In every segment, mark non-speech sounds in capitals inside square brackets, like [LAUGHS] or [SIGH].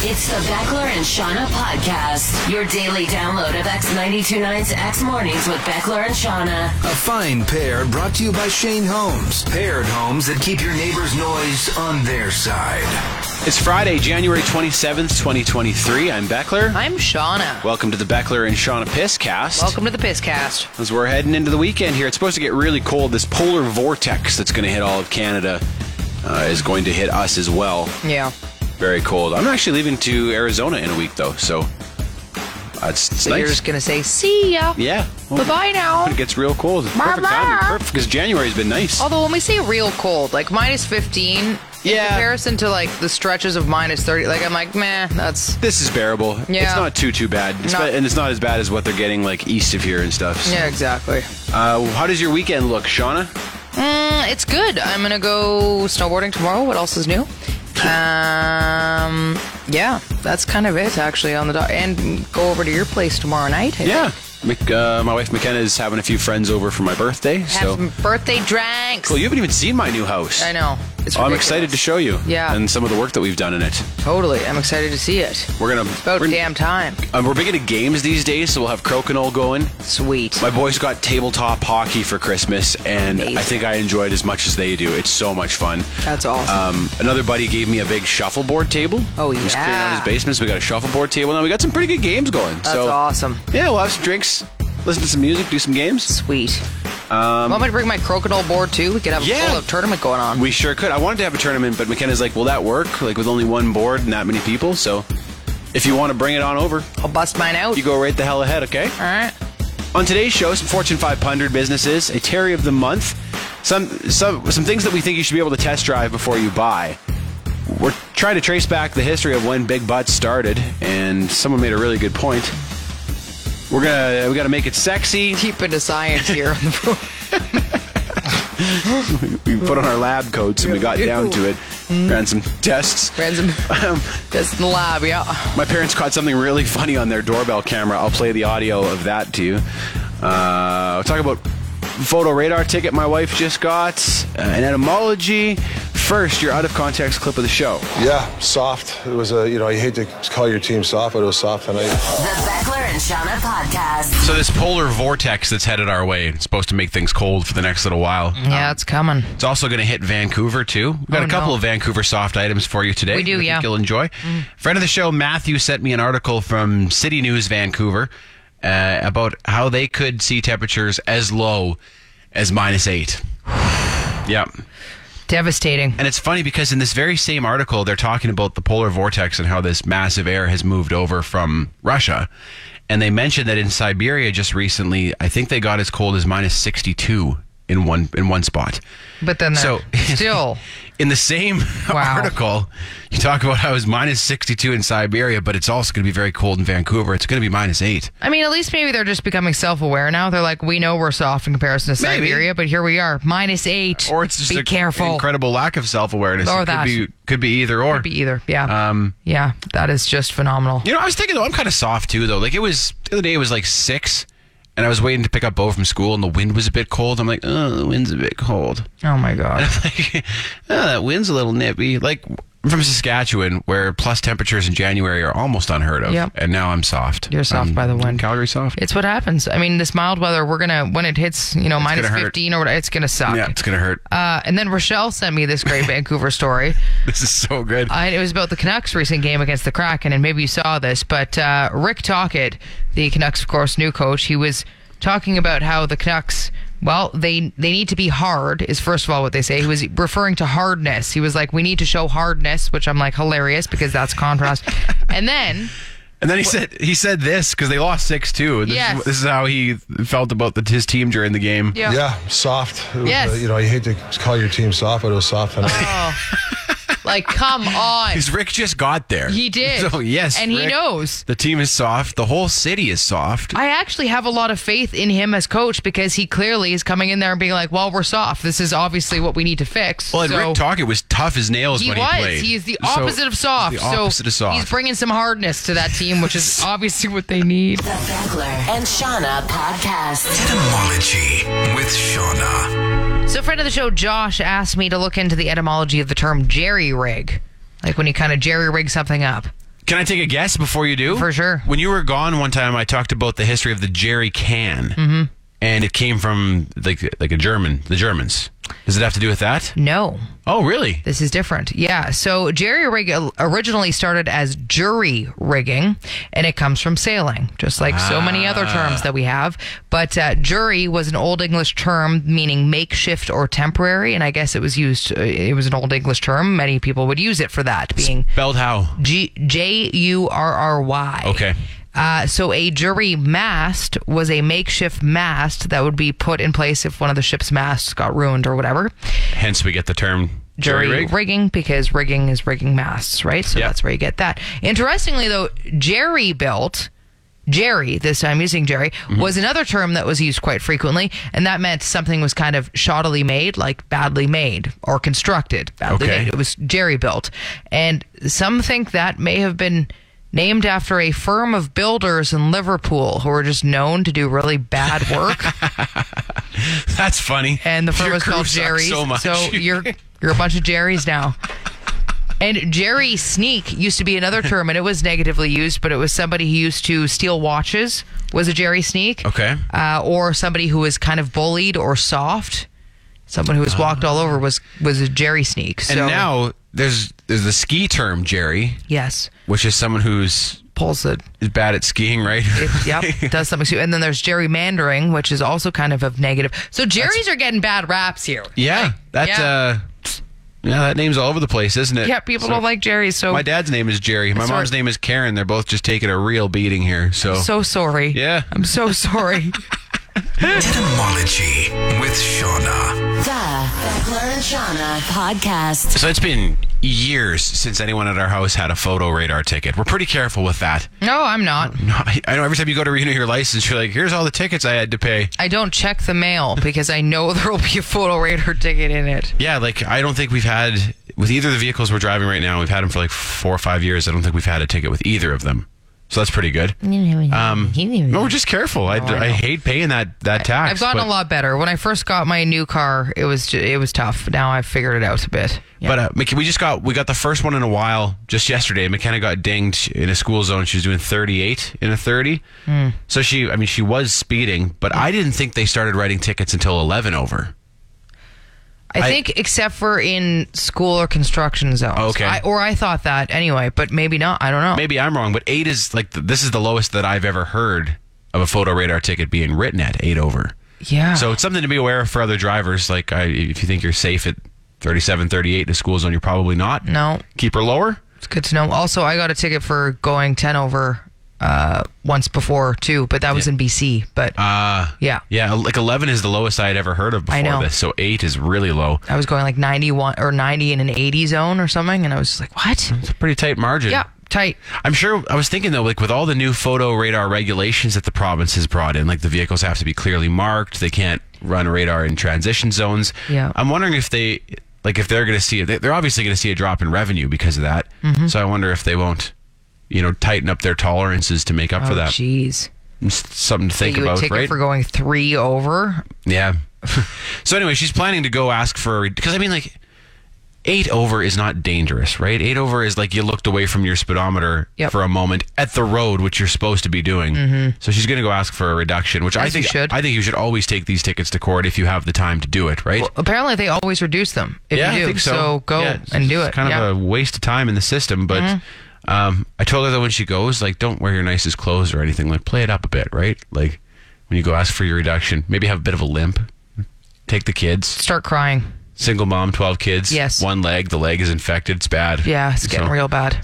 It's the Beckler and Shauna podcast, your daily download of X92 Nights, X Mornings with Beckler and Shauna. A fine pair brought to you by Shane Homes. Paired homes that keep your neighbor's noise on their side. It's Friday, January 27th, 2023. I'm Beckler. I'm Shauna. Welcome to the Beckler and Shauna Pisscast. Welcome to the Pisscast. As we're heading into the weekend here, it's supposed to get really cold. This polar vortex that's going to hit all of Canada uh, is going to hit us as well. Yeah. Very cold. I'm actually leaving to Arizona in a week, though, so uh, it's, it's So nice. you're just gonna say, "See ya." yeah. Bye-bye now. When it gets real cold. It's perfect Bye-bye. timing. Perfect, because January's been nice. Although when we say real cold, like minus fifteen, Yeah. in comparison to like the stretches of minus thirty, like I'm like, meh, that's This is bearable. Yeah. It's not too, too bad. It's No. ba- and it's not as bad as what they're getting, like, east of here and stuff. so. yeah, exactly. Uh, how does your weekend look, Shauna? Mm, it's good. I'm gonna go snowboarding tomorrow. What else [LAUGHS] is new? Um, yeah, that's kind of it actually on the dot. And go over to your place tomorrow night. I Yeah. think. Mc, uh, my wife McKenna is having a few friends over for my birthday. Have So some birthday drinks. cool. You haven't even seen my new house. I know. It's Oh, I'm ridiculous. excited to show you. Yeah. And some of the work that we've done in it. Totally, I'm excited to see it. We're gonna. About we're, damn time. Um, we're big into games these days, so we'll have crokinole going. Sweet. My boys got tabletop hockey for Christmas, and Amazing. I think I enjoy it as much as they do. It's so much fun. That's awesome. Um, another buddy gave me a big shuffleboard table. Oh, He was clearing out yeah. his basement, so we got a shuffleboard table. Now we got some pretty good games going. That's so awesome. yeah, we'll have some drinks, listen to some music, do some games. Sweet. Um, Want me to bring my crocodile board too? We could have a Yeah. full of tournament going on. We sure could. I wanted to have a tournament, but McKenna's like, will that work? Like with only one board and that many people? So if you want to bring it on over, I'll bust mine out. you go right the hell ahead, okay? All right. On today's show, some Fortune 500 businesses, a Terry of the month, some some some things that we think you should be able to test drive before you buy. We're trying to trace back the history of when big butts started, and someone made a really good point. We're gonna we gotta make it sexy. Deep into science here. on the [LAUGHS] board. We put on our lab coats and we got down to it. Ran some tests. Ransom. Um, That's in the lab, yeah. My parents caught something really funny on their doorbell camera. I'll play the audio of that to you. Uh, talk about photo radar ticket my wife just got, uh, an etymology. First, your out of context clip of the show. Yeah, soft. It was a, you know, you hate to call your team soft, but it was soft tonight. The Beckler and Shauna podcast. So this polar vortex that's headed our way is supposed to make things cold for the next little while. Yeah, it's coming. It's also going to hit Vancouver too. We've got Oh, a couple no. of Vancouver soft items for you today. We do, I think yeah. Mm. You'll enjoy. Friend of the show, Matthew, sent me an article from City News Vancouver uh, about how they could see temperatures as low as minus eight. yep. Devastating. And it's funny because in this very same article, they're talking about the polar vortex and how this massive air has moved over from Russia. And they mentioned that in Siberia just recently, I think they got as cold as minus 62 in one in one spot. But then So- [LAUGHS] they're still. In the same [LAUGHS] Wow. article, you talk about how it's minus 62 in Siberia, but it's also going to be very cold in Vancouver. It's going to be minus eight. I mean, at least maybe they're just becoming self aware now. They're like, we know we're soft in comparison to Maybe. Siberia, but here we are. Minus eight. Or it's just Be a careful. incredible lack of self awareness. Or It that. could be could be either or. Be either. Yeah. Um, yeah. That is just phenomenal. you know, I was thinking though, I'm kind of soft too though. Like it was the other day, it was like six, and I was waiting to pick up Bo from school, and the wind was a bit cold. I'm like, oh, the wind's a bit cold. Oh, [LAUGHS] my God. like, oh, that wind's a little nippy. Like I'm from Saskatchewan, where plus temperatures in January are almost unheard of, Yep. and now I'm soft. You're soft I'm by the wind. Calgary soft. It's what happens. I mean, this mild weather, we're gonna when it hits, you know, minus gonna hurt. fifteen or whatever, it's gonna suck. Yeah, it's gonna hurt. Uh, and then Rochelle sent me this [LAUGHS] great Vancouver story. This is so good. Uh, and it was about the Canucks' recent game against the Kraken, and maybe you saw this, but uh, Rick Tockett, the Canucks, of course, new coach, he was talking about how the Canucks. Well, they they need to be hard is first of all what they say. He was referring to hardness. He was like, "We need to show hardness," which I'm like hilarious because that's contrast. and then and then he said he said this because they lost six two. This, Yes. is, this is how he felt about the, his team during the game. yeah, Yeah, soft. It was Yes. a, you know, you hate to call your team soft, but it was soft tonight. Oh. like come on, Because Rick just got there. He did. [LAUGHS] So yes, And he Rick, knows. the team is soft. The whole city is soft. I actually have a lot of faith in him as coach because he clearly is coming in there and being like, "Well, we're soft. This is obviously what we need to fix." well, and So- Rick Tockett was tough as nails he when was. he played. He is the So- opposite of soft. The opposite so of soft. He's bringing some hardness to that team, which is obviously what they need. The Beckler and Shauna podcast. Etymology with Shauna. So, friend of the show, Josh asked me to look into the etymology of the term jerry rig, like when you kind of jerry rig something up. Can I take a guess before you do? For sure. When you were gone one time, I talked about the history of the jerry can, mm-hmm. and it came from like like a German, the Germans. Does it have to do with that? No, Oh, really? this is different. Yeah. So jerry rig originally started as jury rigging, and it comes from sailing, just like so many other terms that we have. But uh, jury was an Old English term meaning makeshift or temporary, and I guess it was used. Uh, it was an Old English term. Many people would use it for that, being Spelled how? G- J U R R Y. Okay. Uh, so a jury mast was a makeshift mast that would be put in place if one of the ship's masts got ruined or whatever. Hence, we get the term Jury jerry rig. rigging because rigging is rigging masts, right? So Yeah. that's where you get that. Interestingly, though, jerry built. Jerry, this time using Jerry, Mm-hmm. was another term that was used quite frequently, and that meant something was kind of shoddily made, like badly made or constructed. Badly Okay. made. It was Jerry built. And some think that may have been named after a firm of builders in Liverpool who were just known to do really bad work. [LAUGHS] That's funny. and the firm Your was crew called sucks Jerry's. So much. you're you're a bunch of Jerry's now. And Jerry Sneak used to [LAUGHS] be another term, and it was negatively used, but it was somebody who used to steal watches was a Jerry Sneak. Okay. Uh, or somebody who was kind of bullied or soft. Someone who was walked all over was was a Jerry Sneak. So Ah. and now there's there's the ski term Jerry, yes, which is someone who's pulls it. is bad at skiing, right? It, yep, does something to. And then there's gerrymandering, which is also kind of a negative. So Jerry's are getting bad raps here. [LAUGHS] yeah. That yeah. uh yeah, that name's all over the place, isn't it? Yeah, people So- don't like Jerry's. So My dad's name is Jerry. My Sorry. mom's name is Karen. They're both just taking a real beating here. So, so sorry. Oh. yeah. I'm [LAUGHS] so sorry. Etymology with Shauna. The Beckler and Shauna podcast. So it's been years since anyone at our house had a photo radar ticket. We're pretty careful with that. [LAUGHS] no, I'm not. No, I, I know every time you go to renew your license, you're like, here's all the tickets I had to pay. I don't check the mail because I know [LAUGHS] there will be a photo radar ticket in it. Yeah, like I don't think we've had with either of the vehicles we're driving right now. We've had them for like four or five years. I don't think we've had a ticket with either of them. So that's pretty good. Mm-hmm. Um, no, we're just careful. I, I hate paying that that tax. I've gotten but- a lot better. When I first got my new car, it was ju- it was tough. Now I've figured it out a bit. Yeah. But uh, Mc- we just got we got the first one in a while just yesterday. McKenna got dinged in a school zone. She was doing 38 in a 30. Hmm. So she, I mean, she was speeding, but I didn't think they started writing tickets until 11 over. I think except for in school or construction zones. Okay. I, or I thought that anyway, but maybe not. I don't know. Maybe I'm wrong, but eight is like the, this is the lowest that I've ever heard of a photo radar ticket being written at eight over. Yeah. So it's something to be aware of for other drivers. Like I, if you think you're safe at 37, 38 in a school zone, you're probably not. No. Keep her lower. It's good to know. Also, I got a ticket for going 10 over uh, once before too, but that was in BC. But Uh, yeah. Yeah, like 11 is the lowest I had ever heard of before I know. this. So 8 is really low. I was going like 91 or 90 in an 80 zone or something. And I was just like, what? It's a pretty tight margin. Yeah, tight. I'm sure I was thinking though like with all the new photo radar regulations that the province has brought in, like the vehicles have to be clearly marked, they can't run radar in transition zones. Yeah. I'm wondering if they like if they're going to see it. They're obviously going to see a drop in revenue because of that. Mm-hmm. So I wonder if they won't you know tighten up their tolerances to make up for Oh, that. jeez. It's Something to think you would about, take right? it for going three over. Yeah. [LAUGHS] so anyway, she's planning to go ask for because I mean like eight over is not dangerous, right? Eight over is like you looked away from your speedometer Yep. Mm-hmm. for a moment at the road, which you're supposed to be doing. So she's going to go ask for a reduction, which I As you think should. I think you should always take these tickets to court if you have the time to do it, right? Apparently, they always reduce them if yeah, you do. I think so. go Yeah, it's- and do it's it. Kind yeah. Mm-hmm. of a waste of time in the system, but. Um, I told her that when she goes, like, don't wear your nicest clothes or anything. Like, play it up a bit, right? Like, when you go ask for your reduction, maybe have a bit of a limp. Take the kids Start crying. single mom, 12 kids. Yes. One leg, the leg is infected. It's bad. Yeah, it's getting So, [LAUGHS] real bad.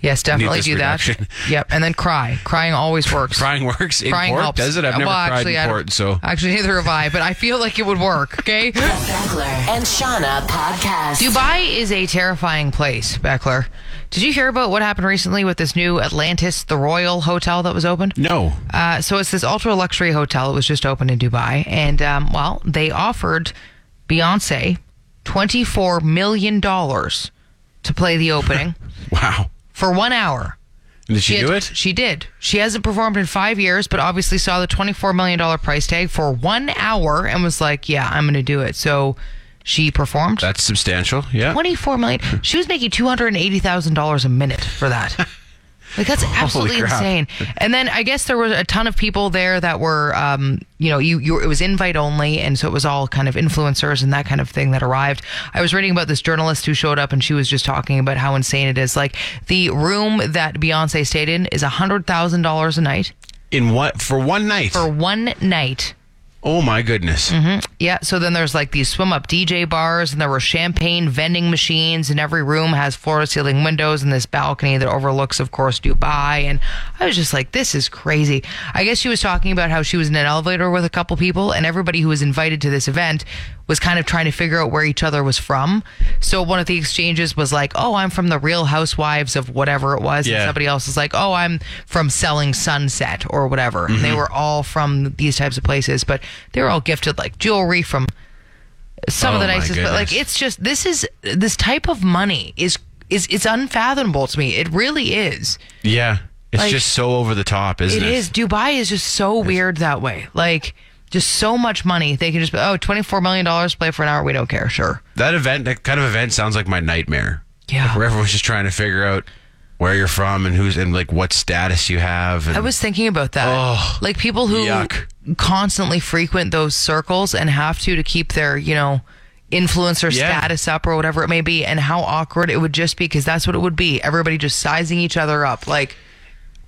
Yes, definitely this do reduction. that. [LAUGHS] Yep, and then cry. Crying always works. Crying works in Crying court, helps. does it? I've Uh, never well, cried actually, I in don't- court, so. actually neither have I. But I feel like it would [LAUGHS] work. Okay. The Beckler and Shauna podcast. Dubai is a terrifying place, Beckler. Did you hear about what happened recently with this new Atlantis, the Royal Hotel that was opened? No. Uh, so it's this ultra luxury hotel. It was just opened in Dubai, and um, well, they offered Beyonce twenty four million dollars to play the [LAUGHS] opening Wow. for one hour. Did she, had- do it? She did. She hasn't performed in five years, but obviously saw the twenty-four million dollar price tag for one hour and was like, "Yeah, I'm going to do it." So she performed. That's substantial. Yeah. Twenty-four million. She was making two hundred and eighty thousand dollars a minute for that. Like that's absolutely crap. insane. And then I guess there were a ton of people there that were, um, you know, you, you it was invite only, and so it was all kind of influencers and that kind of thing that arrived. I was reading about this journalist who showed up, and she was just talking about how insane it is. Like the room that Beyonce stayed in is a hundred thousand dollars a night In what for one night? for Mm-hmm. one night. oh my goodness! Yeah, so then there's like these swim up DJ bars, and there were champagne vending machines, and every room has floor to ceiling windows and this balcony that overlooks, of course, Dubai. And I was just like, this is crazy. I guess she was talking about how she was in an elevator with a couple people, and everybody who was invited to this event was kind of trying to figure out where each other was from. So one of the exchanges was like, oh, I'm from the real housewives of whatever it was. Yeah. And somebody else is like, oh, I'm from Selling Sunset or whatever. And they were all from these types of places, but they were all gifted like jewelry from some Oh, of the my nicest. But like, goodness. it's just this is this type of money is is it's unfathomable to me. It really is. Yeah, it's Like- just so over the top, isn't It it? is. Dubai is just so weird that way. Like. Just so much money. They can just, oh, $24 million, play for an hour. We don't care. Sure. That event, that kind of event, sounds like my nightmare. Yeah. where everyone's just trying to figure out where you're from and who's and like what status you have. And I was thinking about that. Oh, like people who yuck. constantly frequent those circles and have to to keep their, you know, influencer Yeah. status up or whatever it may be and how awkward it would just be because that's what it would be. Everybody just sizing each other up. Like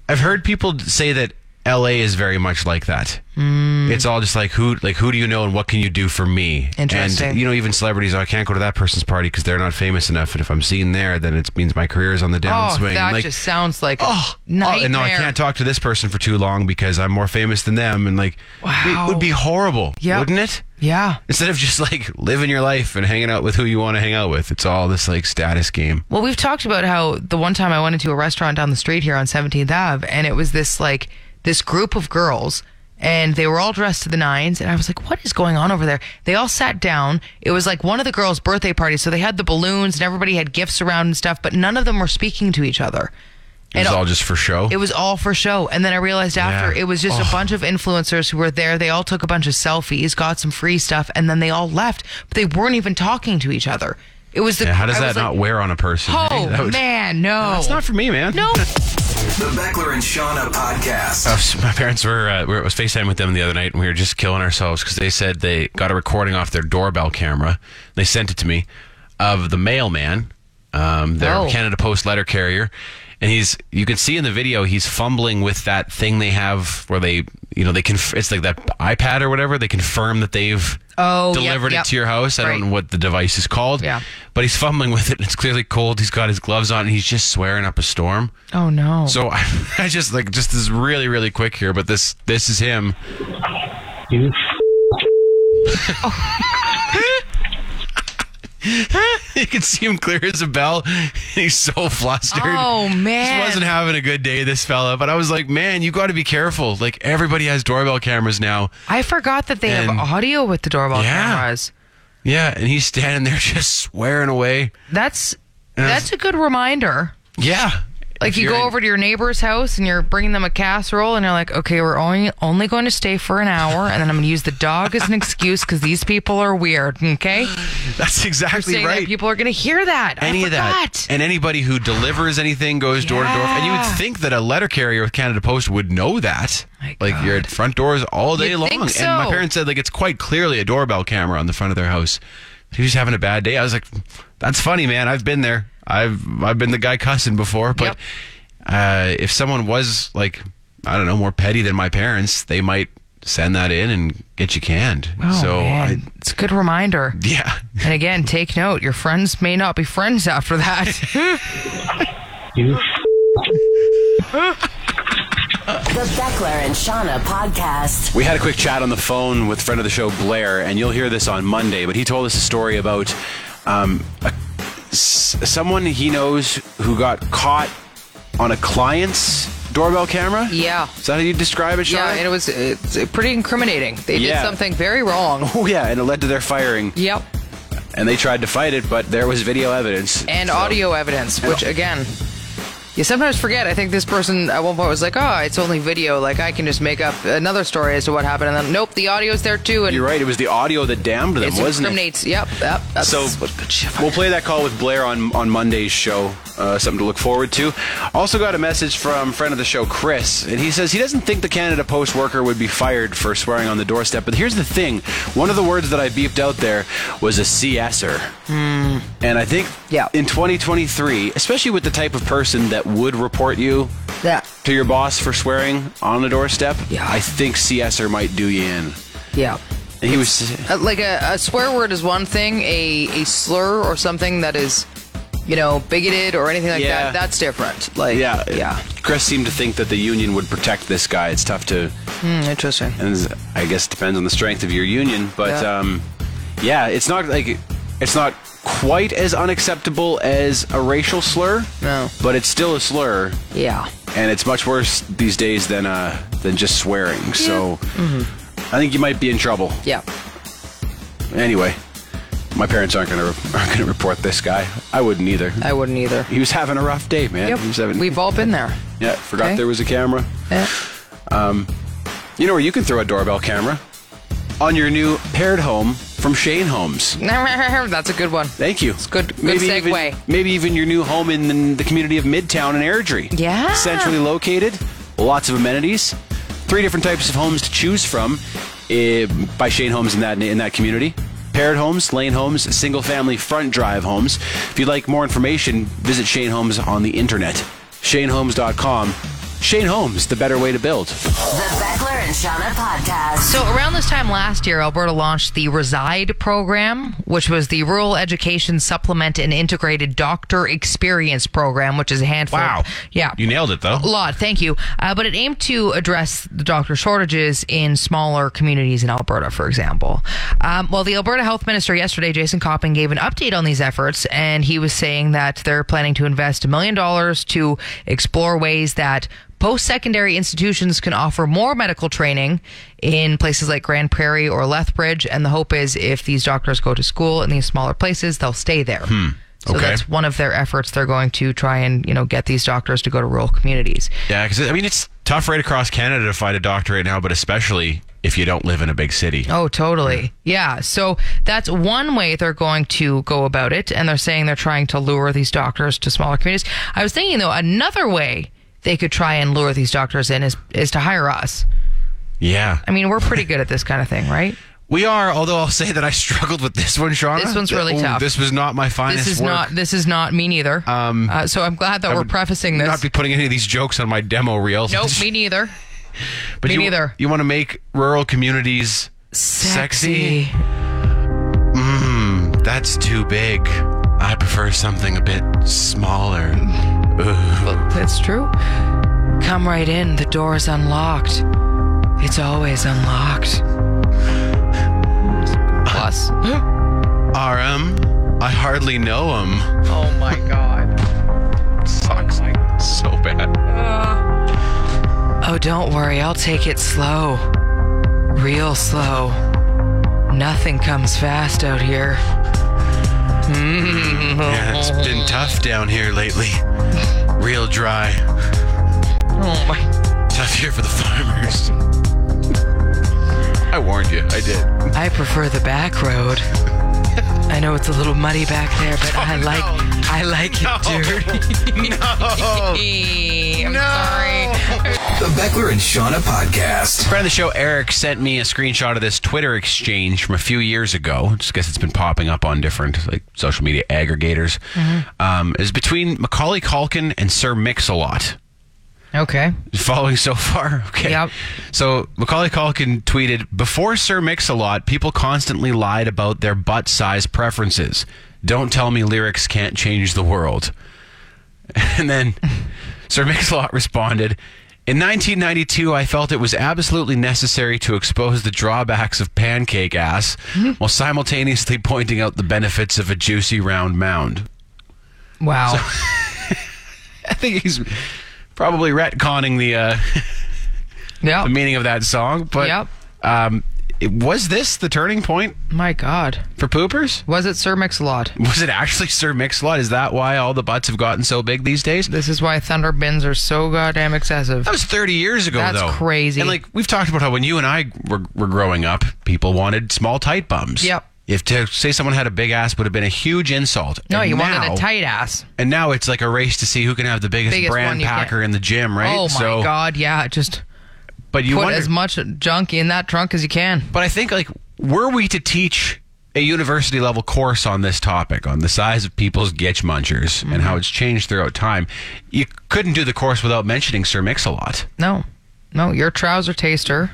I've heard people d- say that L.A. is very much like that. Hmm. It's all just like who, like who do you know and what can you do for me? Interesting. And you know, even celebrities, oh, I can't go to that person's party because they're not famous enough. And if I'm seen there, then it means my career is on the oh, downswing. that like, just sounds like oh, oh, nightmare. oh, and no, I can't talk to this person for too long because I'm more famous than them. And like, Wow. it would be horrible, Yep. wouldn't it? Yeah. Instead of just like living your life and hanging out with who you want to hang out with, it's all this like status game. Well, we've talked about how the one time I went into a restaurant down the street here on 17th Ave, and it was this like this group of girls, and they were all dressed to the nines, and I was like, "What is going on over there?" They all sat down. It was like one of the girls' birthday parties, so they had the balloons and everybody had gifts around and stuff, but none of them were speaking to each other. And It's all just for show. it was all for show. And then I realized after Yeah. it was just a bunch of influencers who were there. They all took a bunch of selfies, got some free stuff, and then they all left. But they weren't even talking to each other. It was the Yeah, how does I that was like, not wear on a person? eh? Oh That would- man, no. It's not for me, man. [LAUGHS] No. The Beckler and Shauna podcast. Uh, so [LAUGHS] my parents were, uh, we were, I was FaceTime with them the other night and we were just killing ourselves because they said they got a recording off their doorbell camera. They sent it to me of the mailman, um, their Oh. Canada Post letter carrier. And he's, you can see in the video, he's fumbling with that thing they have where they, you know, they can, it's like that iPad or whatever. They confirm that they've Oh, yep, delivered yep. it to your house. I Right. don't know what the device is called. Yeah. But he's fumbling with it. It's clearly cold. He's got his gloves on and he's just swearing up a storm. Oh no. So [LAUGHS] I, I just like just this is really really quick here, but this this is him. You [LAUGHS] You can see him clear as a bell. [LAUGHS] He's so flustered. Oh, man. just wasn't having a good day. This fella, but I was like, man, you got to be careful. Like everybody has doorbell cameras now. I forgot that they And- have audio with the doorbell Yeah. cameras. Yeah, and he's standing there [LAUGHS] just swearing away. That's And I that's a good reminder. Yeah, Like If you you're go in- over to your neighbor's house and you're bringing them a casserole and you're like, okay, we're only only going to stay for an hour and then I'm going to use the dog as an [LAUGHS] excuse because these people are weird. [GASPS] Okay, [LAUGHS] That's exactly saying that right. people are going to hear that. any I of that. forgot. And anybody who delivers anything goes door to door. And you Yeah. would think that a letter carrier with Canada Post would know that. My like you're at front doors all day You'd long. think And my so. parents said like it's quite clearly a doorbell camera on the front of their house. He was having a bad day. I was like, that's funny, man. I've been there. I've I've been the guy cussing before. But uh, if someone was like, I don't know, more petty than my parents, they might send that in and get you canned. Oh, so man. I, it's a good reminder. [LAUGHS] yeah. And again, take note: your friends may not be friends [LAUGHS] after that. you The Beckler and Shauna podcast. We had a quick chat on the phone with friend of the show Blair, and you'll hear this on Monday. But he told us a story about um, a, s- someone he knows who got caught on a client's doorbell camera. Yeah. is that how you describe it, Sean? Yeah, and it was it's uh, pretty incriminating. They Yeah. did something [LAUGHS] very wrong. oh yeah, and it led to their firing, Yep, and they tried to fight it, but there was video evidence and so- audio evidence, which again, you sometimes forget. I think this person at one point was like, "Oh, it's only video. Like I can just make up another story as to what happened." And then, nope, the audio's there too, and You're right. It was the audio that damned them, it wasn't it? discriminates. Yep, yep. That's So what good shit. we'll play that call with Blair on on Monday's show. Uh, something to look forward to. Also got a message from friend of the show Chris, and he says he doesn't think the Canada Post worker would be fired for swearing on the doorstep. But here's the thing: one of the words that I beeped out there was a CSer, and I think Hmm. Yeah. in 2023, especially with the type of person that would report you Yeah, to your boss for swearing on the doorstep, Yeah. I think CSer might do you in. yeah. And he was Uh, like a, a swear word is one thing. A a slur or something that is, you know, bigoted or anything like Yeah. that. That's different. Like Yeah, yeah. Chris seemed to think that the union would protect this guy. It's tough to, Hmm, interesting. and it's- I guess it depends on the strength of your union. But Yeah. yeah. um, yeah, it's not like it's not quite as unacceptable as a racial slur. No. but it's still a slur, Yeah. and it's much worse these days than uh than just swearing. So Mm-hmm. I think you might be in trouble. Yeah. Anyway, my parents aren't gonna [LAUGHS] aren't gonna report this guy. I wouldn't either. I wouldn't either. he was having a rough day, man. He was having, Uh, We've all been there. yeah, forgot Okay. there was a camera. Yeah. You know where you can throw a doorbell camera? On your new paired home from Shane Homes. [LAUGHS] That's a good one. Thank you. It's good- good segue. Even, maybe even your new home in the, the community of Midtown in Airdrie. Yeah. Centrally located, lots of amenities, three different types of homes to choose from eh, by Shane Homes in that in that community. Paired homes, lane homes, single family front drive homes. If you'd like more information, visit Shane Homes on the internet. ShaneHomes.com. Shane Homes, the better way to build. The Beckler and Shauna podcast. So around this time last year, Alberta launched the Reside program, which was the Rural Education Supplement and Integrated Doctor Experience program, which is a handful. Wow. Yeah. You nailed it, though. a lot. Thank you. Uh, but it aimed to address the doctor shortages in smaller communities in Alberta, for example. Um, well, the Alberta Health Minister yesterday, Jason Coppin, gave an update on these efforts, and he was saying that they're planning to invest a million dollars to explore ways that post secondary institutions can offer more medical training in places like Grand Prairie or Lethbridge. And the hope is if these doctors go to school in these smaller places, they'll stay there. So Okay. that's one of their efforts. They're going to try and you know get these doctors to go to rural communities. Yeah, because I mean it's tough right across Canada to find a doctor right now, but especially if you don't live in a big city. Oh, totally. Yeah. So that's one way they're going to go about it. And they're saying they're trying to lure these doctors to smaller communities. I was thinking, though, another way they could try and lure these doctors in is, is to hire us. Yeah, I mean, we're pretty good at this kind of thing, [LAUGHS] right? we are. Although I'll say that I [LAUGHS] struggled with this one, Sean. This one's really tough. This was not my finest This is work. not this is not me neither. Um, uh, so I'm glad that we're prefacing this. Not be putting any of these jokes on my demo reel. [LAUGHS] nope, me neither. but me you, neither. You want to make rural communities sexy? Mm, that's too big. I prefer something a bit smaller. Ugh. That's true. Come right in. The door is unlocked. It's always unlocked. Plus. RM, I hardly know him. Oh my god. [LAUGHS] Sucks so bad. Oh, don't worry. I'll take it slow. Real slow. Nothing comes fast out here. Yeah, it's been tough down here lately. Real dry. Oh my. Tough year for the farmers. I warned you. I [LAUGHS] did. I prefer the back road. I know it's a little muddy back there, but I like I like Oh. it dirty. [LAUGHS] no. I'm sorry. The Beckler and Shauna podcast. Friend of the show, Eric, sent me a screenshot of this Twitter exchange from a few years ago. I just guess it's been popping up on different like social media aggregators. Um, it's between Macaulay Culkin and Sir Mix-a-Lot. Okay. [LAUGHS] following so far? [LAUGHS] Okay. Yep. So Macaulay Culkin tweeted Before Sir Mix a Lot, people constantly lied about their butt size preferences. Don't tell me lyrics can't change the world. [LAUGHS] And then [LAUGHS] Sir Mix a Lot responded In 1992, I felt it was absolutely necessary to expose the drawbacks of pancake [LAUGHS] ass while simultaneously pointing out the benefits of a juicy round mound. [LAUGHS] Wow. I think he's probably retconning the. Uh, yeah. the meaning of that song, but Yep. um, it- was this the turning point My God. for poopers? Was it Sir Mix-a-Lot? Was it actually Sir Mix-a-Lot? Is that why all the butts have gotten so big these days? This is why thunder bins are so goddamn excessive. That was 30 years ago, That's though. crazy. And like we've talked about how when you and I were, were growing up, people wanted small, tight bums. Yep. If to say someone had a big ass would have been a huge insult. No, And you now- wanted a tight ass. And now it's like a race to see who can have the biggest, Biggest one brand you can. packer in the gym, right? Oh my so, God. Yeah. Just But you put wonder, as much junk in that trunk as you can. But I think like were we to teach a university level course on this topic, on the size of people's getch munchers and how it's changed throughout time, you couldn't do the course without mentioning Sir Mix-a-Lot. No. No, your trouser taster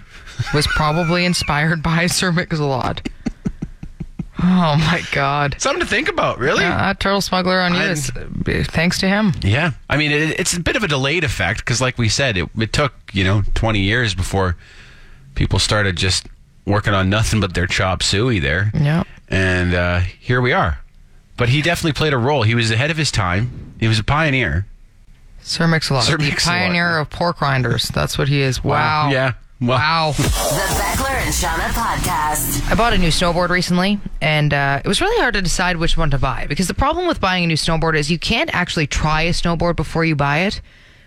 was probably inspired by [LAUGHS] Sir Mix-a-Lot. Oh my God. Something to think about, really. Yeah, that turtle smuggler on you I'm- is uh, thanks to him. Yeah, I mean it, it's a bit of a delayed effect because, like we said, it, it took you know twenty years before people started just working on nothing but their chop suey there. Yep. and uh, here we are. But he definitely played a role. He was ahead of his time. He was a pioneer. Sir Mix-a-Lot, Sir the Mix-a-Lot. pioneer of pork grinders. That's what he is. Wow. Yeah. Well, [LAUGHS] Wow. The Beckler and Shauna podcast. I bought a new snowboard recently, and uh, it was really hard to decide which one to buy because the problem with buying a new snowboard is you can't actually try a snowboard before you buy it.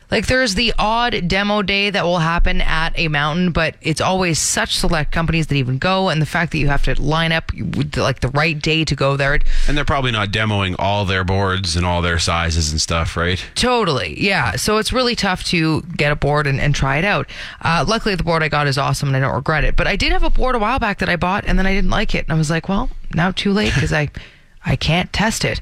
Like, there's the odd demo day that will happen at a mountain, but it's always such select companies that even go, and the fact that you have to line up with like the right day to go there. And they're probably not demoing all their boards and all their sizes and stuff, right? Totally. Yeah. So it's really tough to get a board and, and try it out. Uh, luckily, the board I got is awesome and I don't regret it. But I did have a board a while back that I bought and then I didn't like it. And I was like, well, now [LAUGHS] too late because I, I can't test it.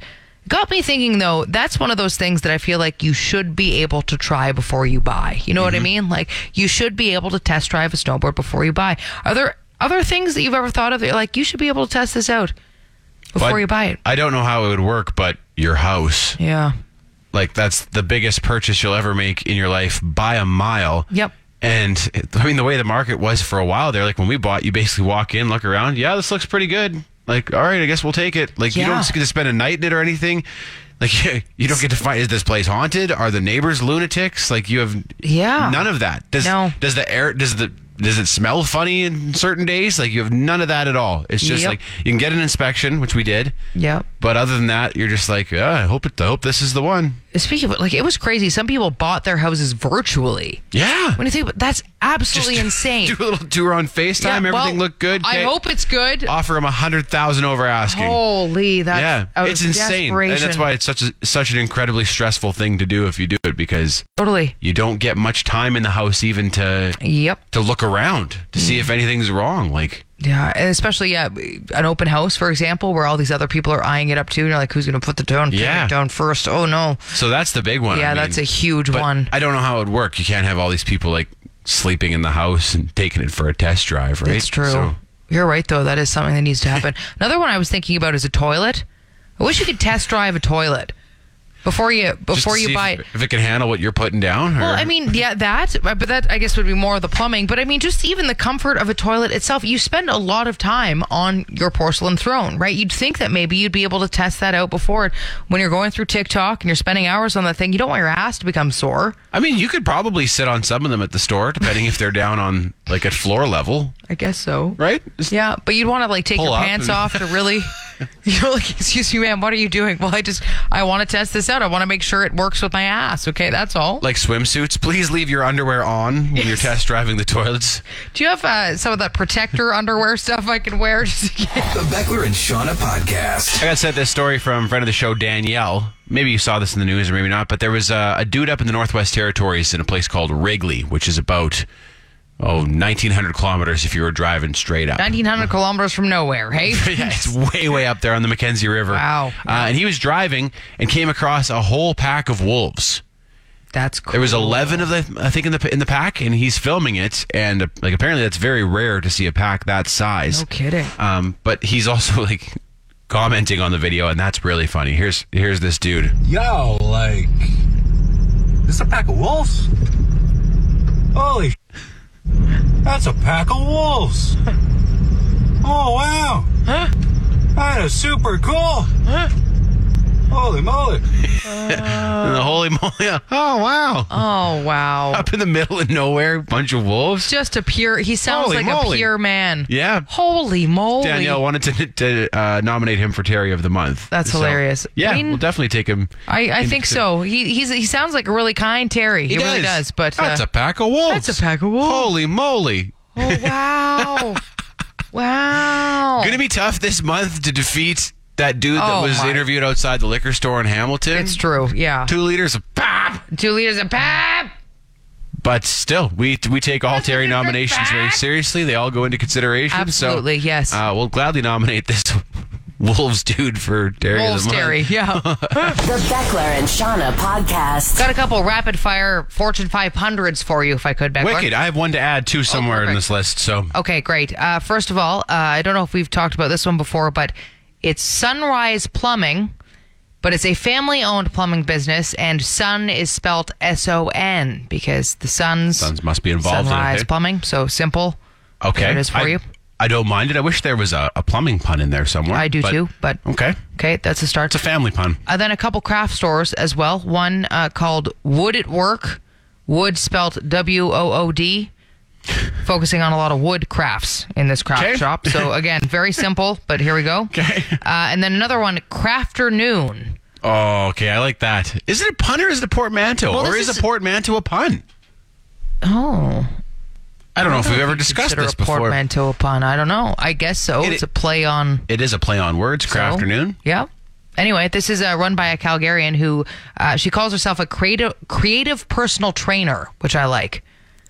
Got me thinking though, that's one of those things that I feel like you should be able to try before you buy. You know what I Mm-hmm. mean? Like you should be able to test drive a snowboard before you buy. Are there other things that you've ever thought of that you're like, you should be able to test this out before But you buy it? I don't know how it would work, but your house, Yeah. like that's the biggest purchase you'll ever make in your life by a mile. Yep. And it- I mean, the way the market was for a while there, like when we bought, you basically walk in, look around. Yeah, this looks pretty good. Like, all right, I guess we'll take it. Like, you Yeah. don't get to spend a night in it or anything. Like, [LAUGHS] you don't get to find is this place haunted? Are the neighbors lunatics? Like, you have Yeah. none of that. Does Ah. No. does the air does the does it smell funny in certain days? Like you have none of that at all. It's just Yep. like you can get an inspection, which we did. Yep. But other than that, you're just like, "Ah, I hope it. I hope this is the one. Speaking of, like, it was crazy. Some people bought their houses virtually. Yeah. When you think about that's absolutely insane. Do a little tour on Facetime. Yeah, Everything well, looked good. I Okay. hope it's good. Offer him a hundred thousand over asking. Holy, that's yeah, out it's of insane, and that's desperation. why it's such a, such an incredibly stressful thing to do if you do it because totally. you don't get much time in the house even to Yep. to look around to Mm. see if anything's wrong. Like Yeah, and especially yeah, an open house, for example, where all these other people are eyeing it up too, and you're like, who's going to put the down Yeah. down first? Oh no. So that's the big one. Yeah, I mean, that's a huge but one. I don't know how it would work. You can't have all these people like sleeping in the house and taking it for a test drive, right? It's true. So, You're right, though. That is something that needs to happen. [LAUGHS] Another one I was thinking about is a toilet. I wish you could test drive a toilet before you just to before see you buy if, it. if it can handle what you're putting down. Or, Well, I mean, yeah, that, uh, but that I guess would be more of the plumbing. But I mean, just even the comfort of a toilet itself, you spend a lot of time on your porcelain throne, right? You'd think that maybe you'd be able to test that out before. When you're going through TikTok and you're spending hours on that thing, you don't want your ass to become sore. I mean, you could probably sit on some of them at the store, depending if they're down on like at floor level, I guess so. right? Just Yeah, but you'd want to like take Pull your up pants and- off [LAUGHS] to really. [LAUGHS] You're like, excuse me, ma'am, what are you doing? Well, I just, I want to test this out. I want to make sure it works with my ass. Okay, that's all. Like swimsuits, please leave your underwear on when you're test driving the toilets. Do you have uh, some of that protector underwear stuff I can wear? Just in case? The Beckler and Shauna podcast. I got sent this story from friend of the show Danielle. Maybe you saw this in the news or maybe not, but there was uh, a dude up in the Northwest Territories in a place called Wrigley, which is about oh 1900 kilometers if you were driving straight up. 1900 kilometers from nowhere, hey? [LAUGHS] yeah, it's way way up there on the Mackenzie River. Wow. Uh, and he was driving and came across a whole pack of wolves. That's cool. There was 11 of the I think in the in the pack and he's filming it and uh, like apparently that's very rare to see a pack that size. No kidding. Um but he's also like commenting on the video and that's really funny. Here's here's this dude. Yo, like, this a pack of wolves? Holy, sh- that's a pack of wolves. Oh wow, huh? that is super cool. Huh? Holy moly! And the holy [LAUGHS] moly! [LAUGHS] Oh wow! Oh wow. Up in the middle of nowhere, bunch of wolves. Just a pure. He sounds Holy like moly. a pure man. Yeah. Holy moly. Danielle wanted to, to uh, nominate him for Terry of the Month. That's hilarious. Yeah, I mean- we'll definitely take him. I, I into think consi- so. He he's, he sounds like a really kind Terry. He, really does. But that's uh, a pack of wolves. that's a pack of wolves. Holy moly! [LAUGHS] oh wow, wow. Going to be tough this month to defeat that dude that Oh, was my. interviewed outside the liquor store in Hamilton. It's true. Yeah. Two, Two liters of pop. liters of pap. But still, we we take all That's Terry a different nominations very fact. seriously. They all go into consideration. Absolutely, so, yes. Uh, we'll gladly nominate this [LAUGHS] Wolves dude for Terry. of the Wolves Month. Terry. [LAUGHS] Yeah. The Beckler and Shauna podcast. Got a couple rapid fire Fortune 500s for you, if I could, Beckler. Wicked. I have one to add too somewhere in Oh, perfect. this list. So Okay, great. Uh, first of all, uh, I don't know if we've talked about this one before, but it's Sunrise Plumbing, but it's a family owned plumbing business, and Sun is spelt S O N because the sun's Suns must be involved in it, Sunrise eh? Plumbing, so simple. okay, There it is for I, you. I don't mind it. I wish there was a, a plumbing pun in there somewhere. I do too, but Okay, okay, that's a it's start. a family pun. Uh, then a couple craft stores as well. One uh, called Wood at Work, wood spelt W O O D, focusing on a lot of wood crafts in this craft Okay. shop. [LAUGHS] So again, very simple, but here we go. Okay. Uh, and then another one, Crafternoon. Oh, okay. I like that. Is it a pun or is it a portmanteau, Well, or this is, is- a portmanteau a pun? Oh, I don't know if we've ever discussed consider this a before. portmanteau upon. I don't know. I guess so. It- it's a play on It is a play on words. Craft afternoon. Yeah. Anyway, this is uh, run by a Calgarian who uh, she calls herself a creative creative personal trainer, which I like.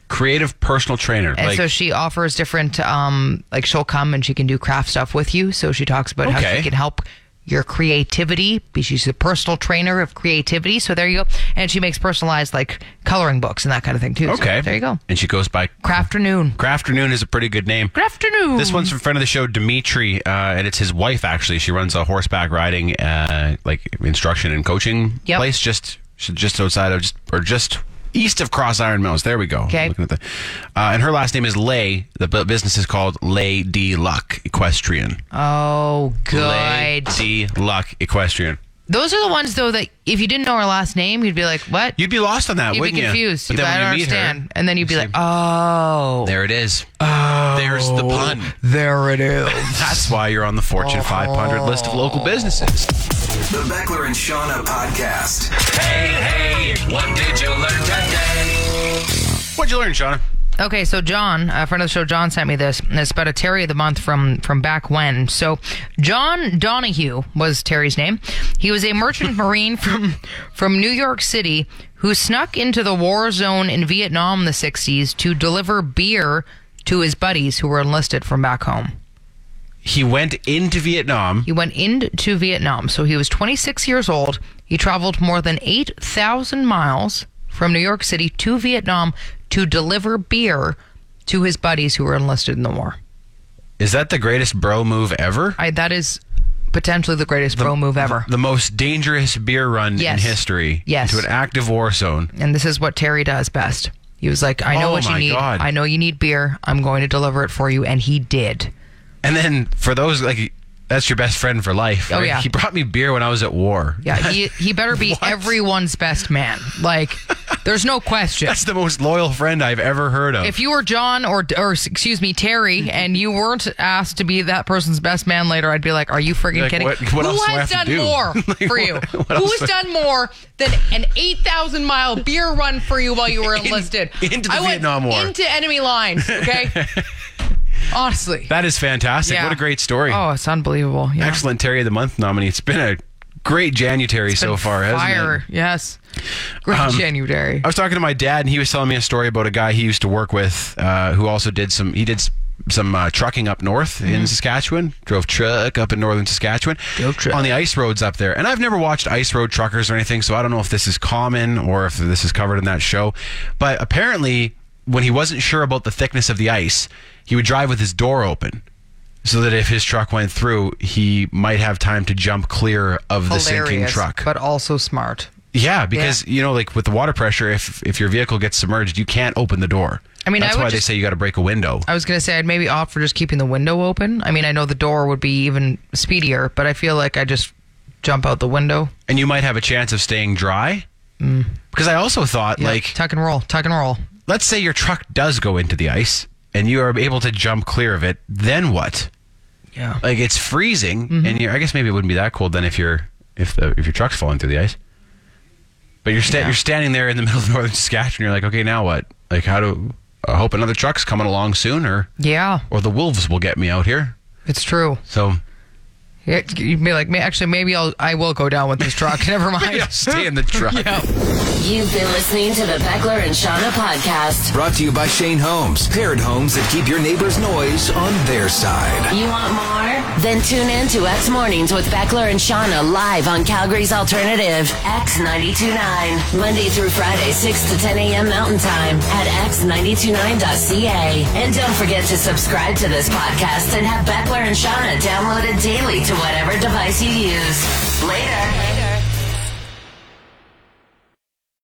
Creative personal trainer. And like, so she offers different, um, like she'll come and she can do craft stuff with you. So she talks about how Okay. she can help your creativity. because She's a personal trainer of creativity. So there you go. And she makes personalized like coloring books and that kind of thing too. So okay. there you go. And she goes by Crafternoon. Crafternoon is a pretty good name. Crafternoon. This one's from friend of the show, Dimitri, uh, and it's his wife actually. She runs a horseback riding, uh, like instruction and coaching Yep. place just just outside of just or just east of Cross Iron Mills. There we go. I'm Okay. looking at the, uh, and her last name is Lay. The bu- business is called Lay D Luck Equestrian. Oh, Lay good. D Luck Equestrian. Those are the ones though that if you didn't know her last name, you'd be like, what? You'd be lost on that, You'd be wouldn't confused. you? You'd be like, I don't meet her- understand. and then you'd be like, oh, there it is. There's the pun. there it is. That's why you're on the Fortune 500 list of local businesses. The Beckler and Shauna podcast. What'd you learn, Shauna? Okay, so John, a friend of the show, John sent me this. And it's about a Terry of the month from from back when. So John Donahue was Terry's name. He was a merchant marine from from New York City who snuck into the war zone in Vietnam in the '60s to deliver beer to his buddies who were enlisted from back home. He went into Vietnam. He went into Vietnam. So he was 26 years old. He traveled more than 8,000 miles from New York City to Vietnam to deliver beer to his buddies who were enlisted in the war. Is that the greatest bro move ever? I, that is potentially the greatest pro move ever. The most dangerous beer run Yes. in history Yes. to an active war zone. and this is what Terry does best. He was like, I know Oh what you my need. God. I know you need beer. I'm going to deliver it for you. And he did. And then for those like that's your best friend for life. Oh, right? yeah. He brought me beer when I was at war. Yeah, he, he [LAUGHS] better be everyone's best man. Like, there's no question. That's the most loyal friend I've ever heard of. if you were John or or excuse [LAUGHS] me Terry and you weren't asked to be that person's best man later, I'd be like, "Are you friggin' Like, kidding? what- what Who else do I has have done to do? more [LAUGHS] Like, for you? what- what else Who's do I- done more than an eight thousand mile beer run for you while you [LAUGHS] were In- enlisted? into the I went Vietnam War. into enemy [LAUGHS] lines. Okay, honestly, that is fantastic. Yeah. What a great story. Oh, it's unbelievable. Yeah. Excellent Terry of the Month nominee. It's been a great January It's so been far, hasn't it? Um, fire. Yes, great January. I was talking to my dad, and he was telling me a story about a guy he used to work with, uh, who also did some. He did s- some uh, trucking up north in Saskatchewan. Drove truck up in northern Saskatchewan Mm-hmm. Drove truck. on the ice roads up there. And I've never watched ice road truckers or anything, so I don't know if this is common or if this is covered in that show. But apparently, when he wasn't sure about the thickness of the ice, he would drive with his door open. So that if his truck went through, he might have time to jump clear of the sinking Hilarious, truck. but also smart. Yeah, because you know, like with the water pressure, if if your vehicle gets submerged, you can't open the door. I mean, I that's would why just- they say you got to break a window. I was going to say I'd maybe opt for just keeping the window open. I mean, I know the door would be even speedier, but I feel like I just jump out the window. and you might have a chance of staying dry. Because I also thought, Mm. Yeah, like, tuck and roll, tuck and roll. let's say your truck does go into the ice and you are able to jump clear of it, then what? Yeah. Like it's freezing, Mm-hmm. and you're, I guess maybe it wouldn't be that cold then if you're if the if your truck's falling through the ice. But you're sta- you're standing there in the [LAUGHS] middle of northern Saskatchewan. You're like, okay, now what? Like, how do I hope another truck's coming along soon, or Yeah, or the wolves will get me out here? it's true. So It, you'd be like, "Ma- actually, maybe I'll I will go down with this truck. [LAUGHS] Never mind. yeah, stay in the truck. You've been listening to the Beckler and Shauna podcast. Brought to you by Shane Holmes. Paired homes that keep your neighbor's noise on their side. You want more? Then tune in to X Mornings with Beckler and Shauna live on Calgary's Alternative, X929. Monday through Friday, 6 to 10 a.m. Mountain Time at x929.ca. And don't forget to subscribe to this podcast and have Beckler and Shauna downloaded daily to whatever device you use. Later.